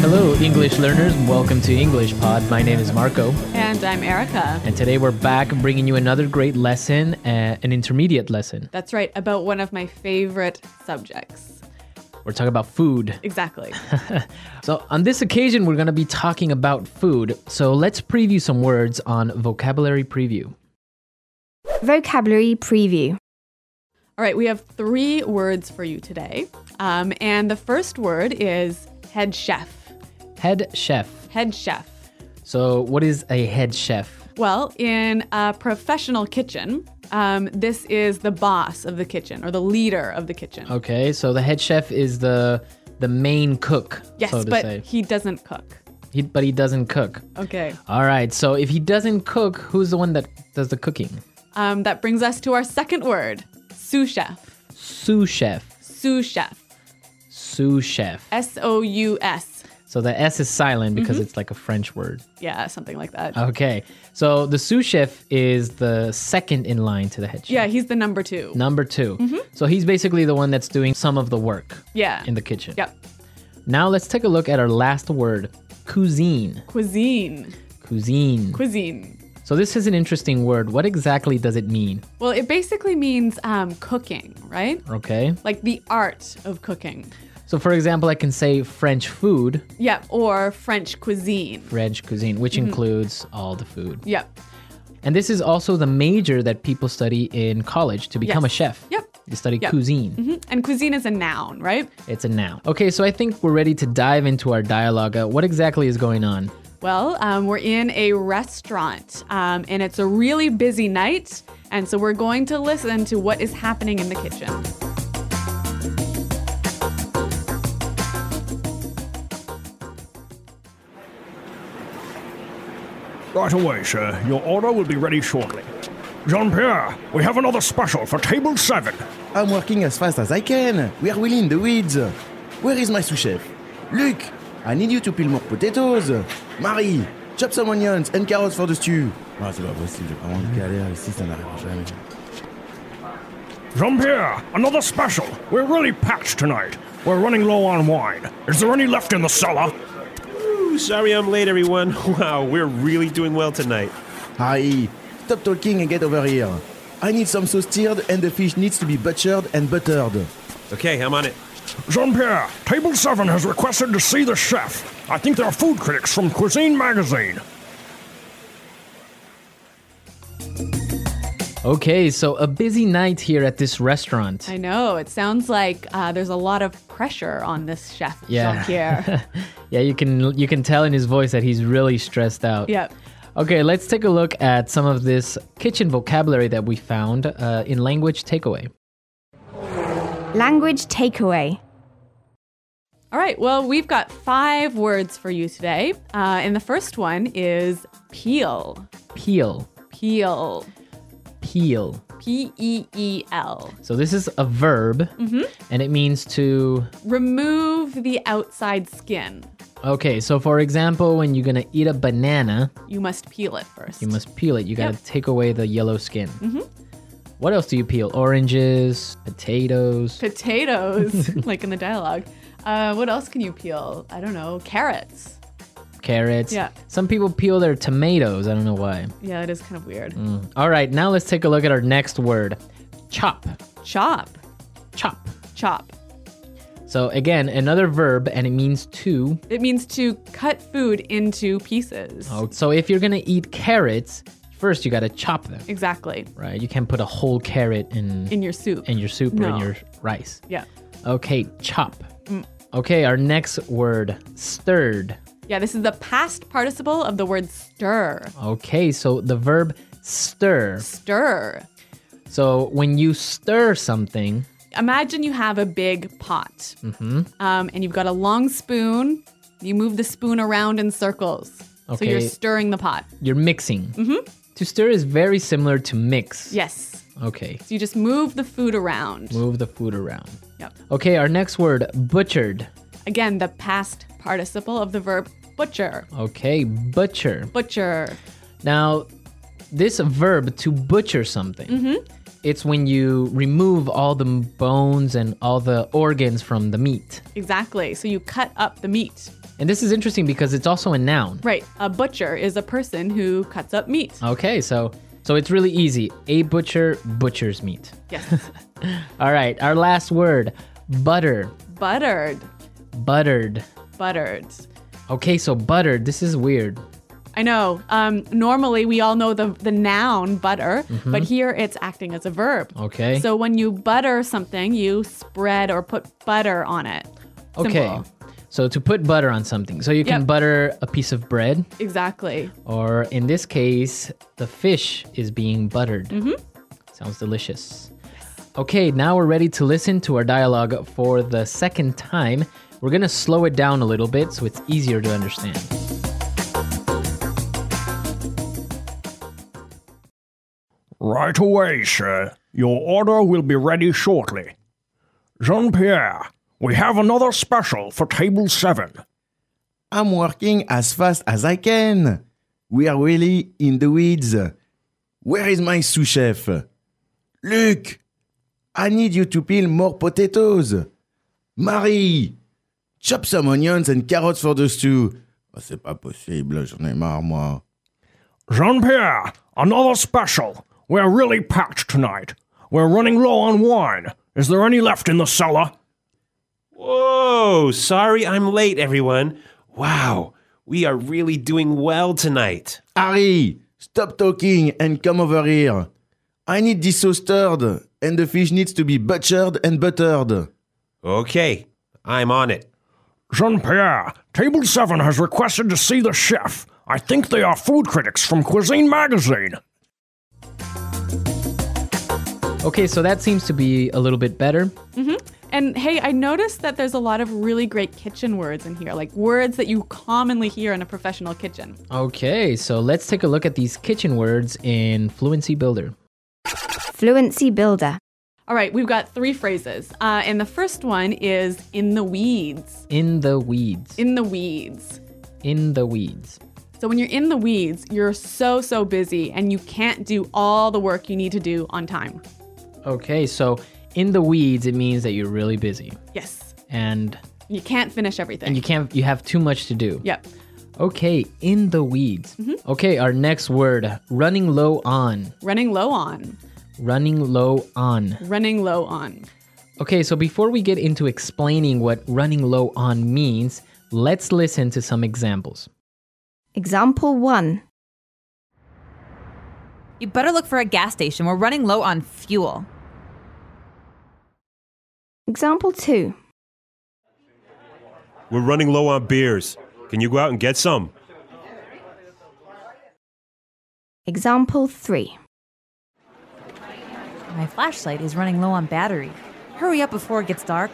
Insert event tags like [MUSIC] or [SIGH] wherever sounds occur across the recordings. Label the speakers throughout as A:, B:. A: Hello, English learners. Welcome to English Pod. My name is Marco,
B: And I'm Erica.
A: and today we're back bringing you another great lesson, uh, an intermediate lesson.
B: That's right, about one of my favorite subjects.
A: We're talking about food. [LAUGHS]
B: Exactly.
A: So, on this occasion, we're going to be talking about food. So, let's preview some words on vocabulary preview.
C: Vocabulary preview.
B: All right, we have three words for you today. Um, and the first word is head chef.
A: Head chef.
B: Head chef.
A: So, what is a head chef?
B: Well, in a professional kitchen, um, this is the boss of the kitchen or the leader of the kitchen.
A: Okay, Oh, so the head chef is the the main cook,
B: yes,
A: so to
B: but
A: say.
B: he doesn't cook.
A: He, but he doesn't cook.
B: Okay.
A: All right, so if he doesn't cook, who's the one that does the cooking?
B: Um, that brings us to our second word sous chef.
A: Sous chef.
B: Sous chef.
A: sous chef.
B: S O U S.
A: So the S is silent
B: Mm-hmm.
A: because it's like a French word.
B: Yeah, something like that.
A: Okay. So the sous chef is the second in line to the head chef.
B: Yeah, he's the number two.
A: Number 2 So he's basically the one that's doing some of the work
B: Yeah.
A: in the kitchen.
B: Yep.
A: Now let's take a look at our last word cuisine.
B: Cuisine.
A: Cuisine.
B: Cuisine.
A: so this is an interesting word. What exactly does it mean?
B: Well, it basically means um, cooking, right?
A: Okay.
B: Like the art of cooking.
A: So for example, I can say French food,
B: Yep. Or French cuisine.
A: French cuisine, which
B: Mm-hmm.
A: includes all the food.
B: Yep.
A: And this is also the major that people study in college to become
B: Yes.
A: a chef.
B: Yep.
A: You study
B: Yep.
A: cuisine.
B: Mhm. And cuisine is a noun, right?
A: It's a noun. Okay, so I think we're ready to dive into our dialogue. Uh, what exactly is going on?
B: Well, um, we're in a restaurant um, and it's a really busy night. And so we're going to listen to what is happening in the kitchen.
D: Right away, sir. Your order will be ready shortly. Jean Pierre, we have another special for table seven.
E: I'm working as fast as I can. We are really in the weeds. Where is my sous chef? Luke, I need you to peel more potatoes. Marie, chop some onions and carrots for the stew. Ah, c'est pas possible, j'ai vraiment une galère ici, ça n'arrive jamais.
D: Jean Pierre, another special. We're really packed tonight. We're running low on wine. Is there any left in the cellar?
F: Sorry I'm late, everyone. [LAUGHS] Wow, we're really doing well tonight.
E: Harry, stop talking and get over here. I need some sauce tiered and the fish needs to be butchered and buttered.
F: Okay, I'm on it.
D: Jean Pierre, table seven has requested to see the chef. I think they're food critics from Cuisine Magazine.
A: Okay, so a busy night here at this restaurant.
B: I know, it sounds like uh, there's a lot of pressure on this chef,
A: Yeah. [LAUGHS]
B: Jean-Pierre.
A: yeah, you can you can tell in his voice that he's really stressed out.
B: yep.
A: Okay, let's take a look at some of this kitchen vocabulary that we found uh, in language takeaway.
C: Language takeaway.
B: All right, well, we've got five words for you today. Uh, and the first one is peel.
A: Peel,
B: Peel.
A: peel.
B: P E E L.
A: So this is a verb, and it means to.
B: Remove the outside skin.
A: Okay, so for example, when you're gonna eat a banana,
B: You must peel it first.
A: You must peel it. You gotta
B: Yep. Mm-hmm.
A: take away the yellow skin. What else do you peel? Oranges, potatoes. [LAUGHS]
B: Potatoes, like in the dialogue. Uh, what else can you peel? I don't know. Carrots.
A: carrots.
B: Yeah.
A: Some people peel their tomatoes. I don't know why.
B: Yeah, it is kind of weird.
A: All right, now let's take a look at our next word chop.
B: Chop.
A: Chop.
B: Chop.
A: So, again, another verb, and it means to.
B: It means to cut food into pieces.
A: Oh, So, if you're gonna eat carrots, first you gotta chop them,
B: Exactly.
A: right? You can't put a whole carrot in,
B: In your soup.
A: in your soup or in
B: No. Mm.
A: your rice.
B: yeah.
A: Okay, chop. Okay, our next word stirred.
B: Yeah, this is the past participle of the word stir.
A: Okay, so the verb stir.
B: Stir.
A: So when you stir something,
B: Imagine you have a big pot
A: Mm-hmm.
B: um, and you've got a long spoon. You move the spoon around in circles. So
A: Okay.
B: you're stirring the pot.
A: you're mixing. Mm-hmm. To stir is very similar to mix.
B: Yes.
A: Okay,
B: So you just move the food around.
A: move the food around.
B: Yep.
A: Okay, our next word butchered.
B: Again, the past participle of the verb butcher.
A: Okay, butcher.
B: Butcher.
A: Now, this verb to butcher something. It's when you remove all the bones and all the organs from the meat.
B: Exactly. So you cut up the meat.
A: And this is interesting because it's also a noun.
B: Right. A butcher is a person who cuts up meat.
A: Okay, so so it's really easy. A butcher butchers meat.
B: Yes. [LAUGHS]
A: All right, our last word, butter,
B: Buttered.
A: buttered.
B: Buttered.
A: Okay, so buttered. This is weird.
B: I know. Um, normally, we all know the, the noun butter, but here it's acting as a verb.
A: Okay.
B: So when you butter something, you spread or put butter on it.
A: Okay.
B: Simple.
A: So to put butter on something. So you can
B: Yep.
A: butter a piece of bread,
B: Exactly.
A: or in this case, the fish is being buttered. Mm-hmm. Sounds delicious. Okay, now we're ready to listen to our dialogue for the second time. We're gonna slow it down a little bit so it's easier to understand.
D: Right away, sir. Your order will be ready shortly. Jean Pierre, we have another special for table seven.
E: I'm working as fast as I can. We are really in the weeds. Where is my sous chef? Luke, I need you to peel more potatoes. Marie, chop some onions and carrots for the stew. Oh, c'est pas possible, j'en ai marre, moi.
D: Jean Pierre, another special. We're really packed tonight. We're running low on wine. Is there any left in the cellar?
F: Whoa, sorry I'm late, everyone. Wow, we are really doing well tonight.
E: Harry, stop talking and come over here. I need this sauce stirred, and the fish needs to be butchered and buttered.
F: Okay, I'm on it.
D: Jean Pierre, Table 7 has requested to see the chef. I think they are food critics from Cuisine Magazine.
A: Okay, so that seems to be a little bit better.
B: And hey, I noticed that there's a lot of really great kitchen words in here, like words that you commonly hear in a professional kitchen.
A: Okay, so let's take a look at these kitchen words in Fluency Builder.
C: Fluency builder.
B: All right, we've got three phrases. Uh, and the first one is in the weeds.
A: In the weeds.
B: In the weeds.
A: In the weeds.
B: So when you're in the weeds, you're so, so busy and you can't do all the work you need to do on time.
A: Okay, so in the weeds it means that you're really busy
B: Yes.
A: and
B: You can't finish everything.
A: and you can't you have too much to do.
B: Yep.
A: Okay, in the weeds. Okay, our next word, running low on.
B: Running low on.
A: Running low on.
B: Running low on.
A: Okay, so before we get into explaining what running low on means, let's listen to some examples.
C: Example 1.
G: You better look for a gas station. We're running low on fuel.
C: Example 2.
F: We're running low on beers. Can you go out and get some?
C: Example 3.
G: My flashlight is running low on battery. Hurry up before it gets dark.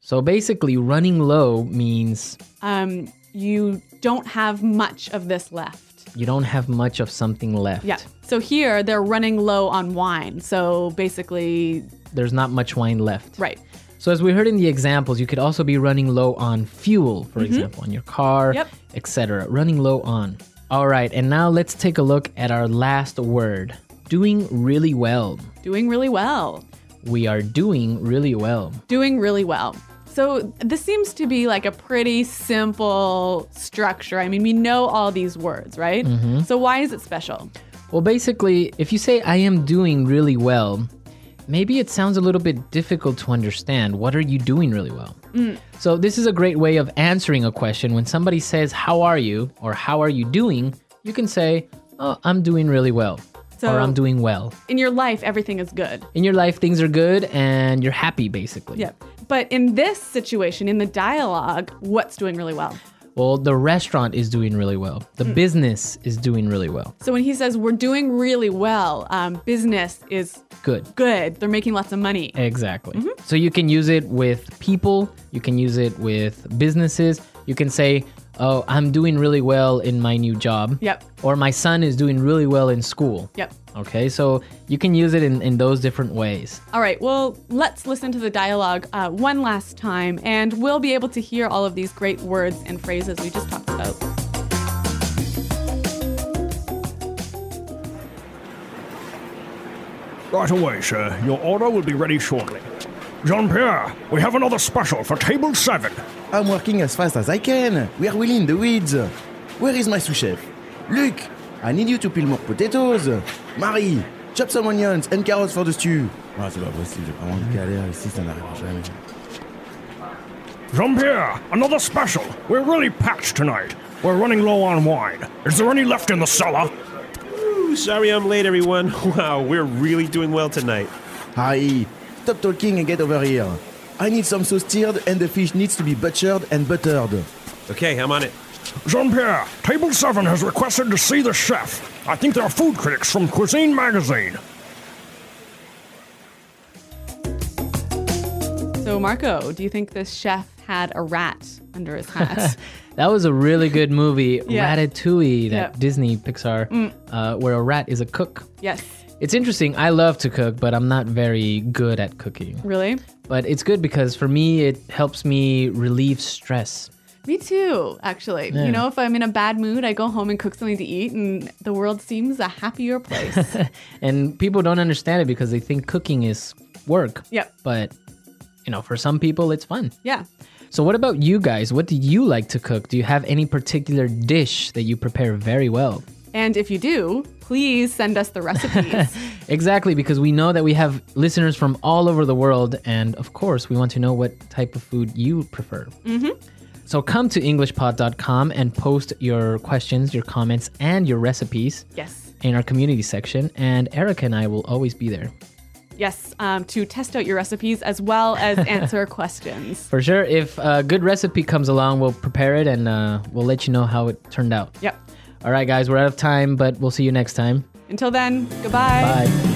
A: So basically running low means
B: Um, you don't have much of this left.
A: you don't have much of something left.
B: Yeah. So here they're running low on wine. So basically,
A: There's not much wine left.
B: right.
A: So as we heard in the examples, you could also be running low on fuel, for example, on your car,
B: Yep.
A: etc. Running low on. All right, and now let's take a look at our last word. Doing really well.
B: Doing really well.
A: We are doing really well.
B: doing really well. So this seems to be like a pretty simple structure. I mean, we know all these words, right?
A: Mm-hmm.
B: So why is it special?
A: Well, basically, if you say I am doing really well, maybe it sounds a little bit difficult to understand. What are you doing really well? So, this is a great way of answering a question. When somebody says, How are you? or How are you doing? you can say, Oh, I'm doing really well.
B: So-
A: or I'm doing well.
B: In your life, everything is good.
A: In your life, things are good and you're happy, basically.
B: Yep. But in this situation, in the dialogue, what's doing really well?
A: Well, the restaurant is doing really well, the business is doing really well.
B: So when he says we're doing really well, um, business is
A: Good.
B: good. They're making lots of money.
A: Exactly.
B: Mm-hmm.
A: So you can use it with people, you can use it with businesses. You can say, "Oh, I'm doing really well in my new job."
B: Yep.
A: Or my son is doing really well in school.
B: Yep.
A: Okay? So you can use it in in those different ways.
B: All right, well, let's listen to the dialogue uh, one last time, and we'll be able to hear all of these great words and phrases we just talked about.
D: Right away, sir. Your order will be ready shortly. Jean Pierre, we have another special for table seven.
E: I'm working as fast as I can. We're really in the weeds. Where is my sous chef? Luke, I need you to peel more potatoes. Marie, chop some onions and carrots for the stew. Ah, c'est pas possible, j'ai vraiment une galère ici, ça n'arrivera jamais.
D: Jean Pierre, another special. We're really packed tonight. We're running low on wine. Is there any left in the cellar?
F: Ooh, sorry I'm late, everyone. [LAUGHS] Wow, we're really doing well tonight.
E: Harry, stop talking and get over here. I need some sauce stirred and the fish needs to be butchered and buttered.
F: Okay, I'm on it.
D: Jean Pierre, Table 7 has requested to see the chef. I think they're food critics from Cuisine Magazine.
B: So, Marco, do you think this chef had a rat under his hat?
A: That was a really good movie,
B: [LAUGHS] Yeah. Mm.
A: Ratatouille, that
B: Yeah.
A: Disney Pixar, uh, where a rat is a cook.
B: yes.
A: It's interesting. I love to cook, but I'm not very good at cooking.
B: Really?
A: But it's good because for me, it helps me relieve stress.
B: Me too, actually. You know, if I'm in a bad mood, I go home and cook something to eat, and the world seems a happier place.
A: And people don't understand it because they think cooking is work.
B: Yep.
A: But, you know, for some people, it's fun.
B: yeah.
A: So, what about you guys? What do you like to cook? Do you have any particular dish that you prepare very well?
B: And if you do, please send us the recipes.
A: Exactly, because we know that we have listeners from all over the world, and of course, we want to know what type of food you prefer. Mm-hmm. So come to EnglishPod.com and post your questions, your comments, and your recipes
B: yes.
A: in our community section, and Erica and I will always be there.
B: Yes, um, to test out your recipes as well as answer questions.
A: For sure, if a good recipe comes along, we'll prepare it and uh, we'll let you know how it turned out.
B: Yep.
A: All right, guys, we're out of time, but we'll see you next time.
B: Until then, goodbye.
A: Bye.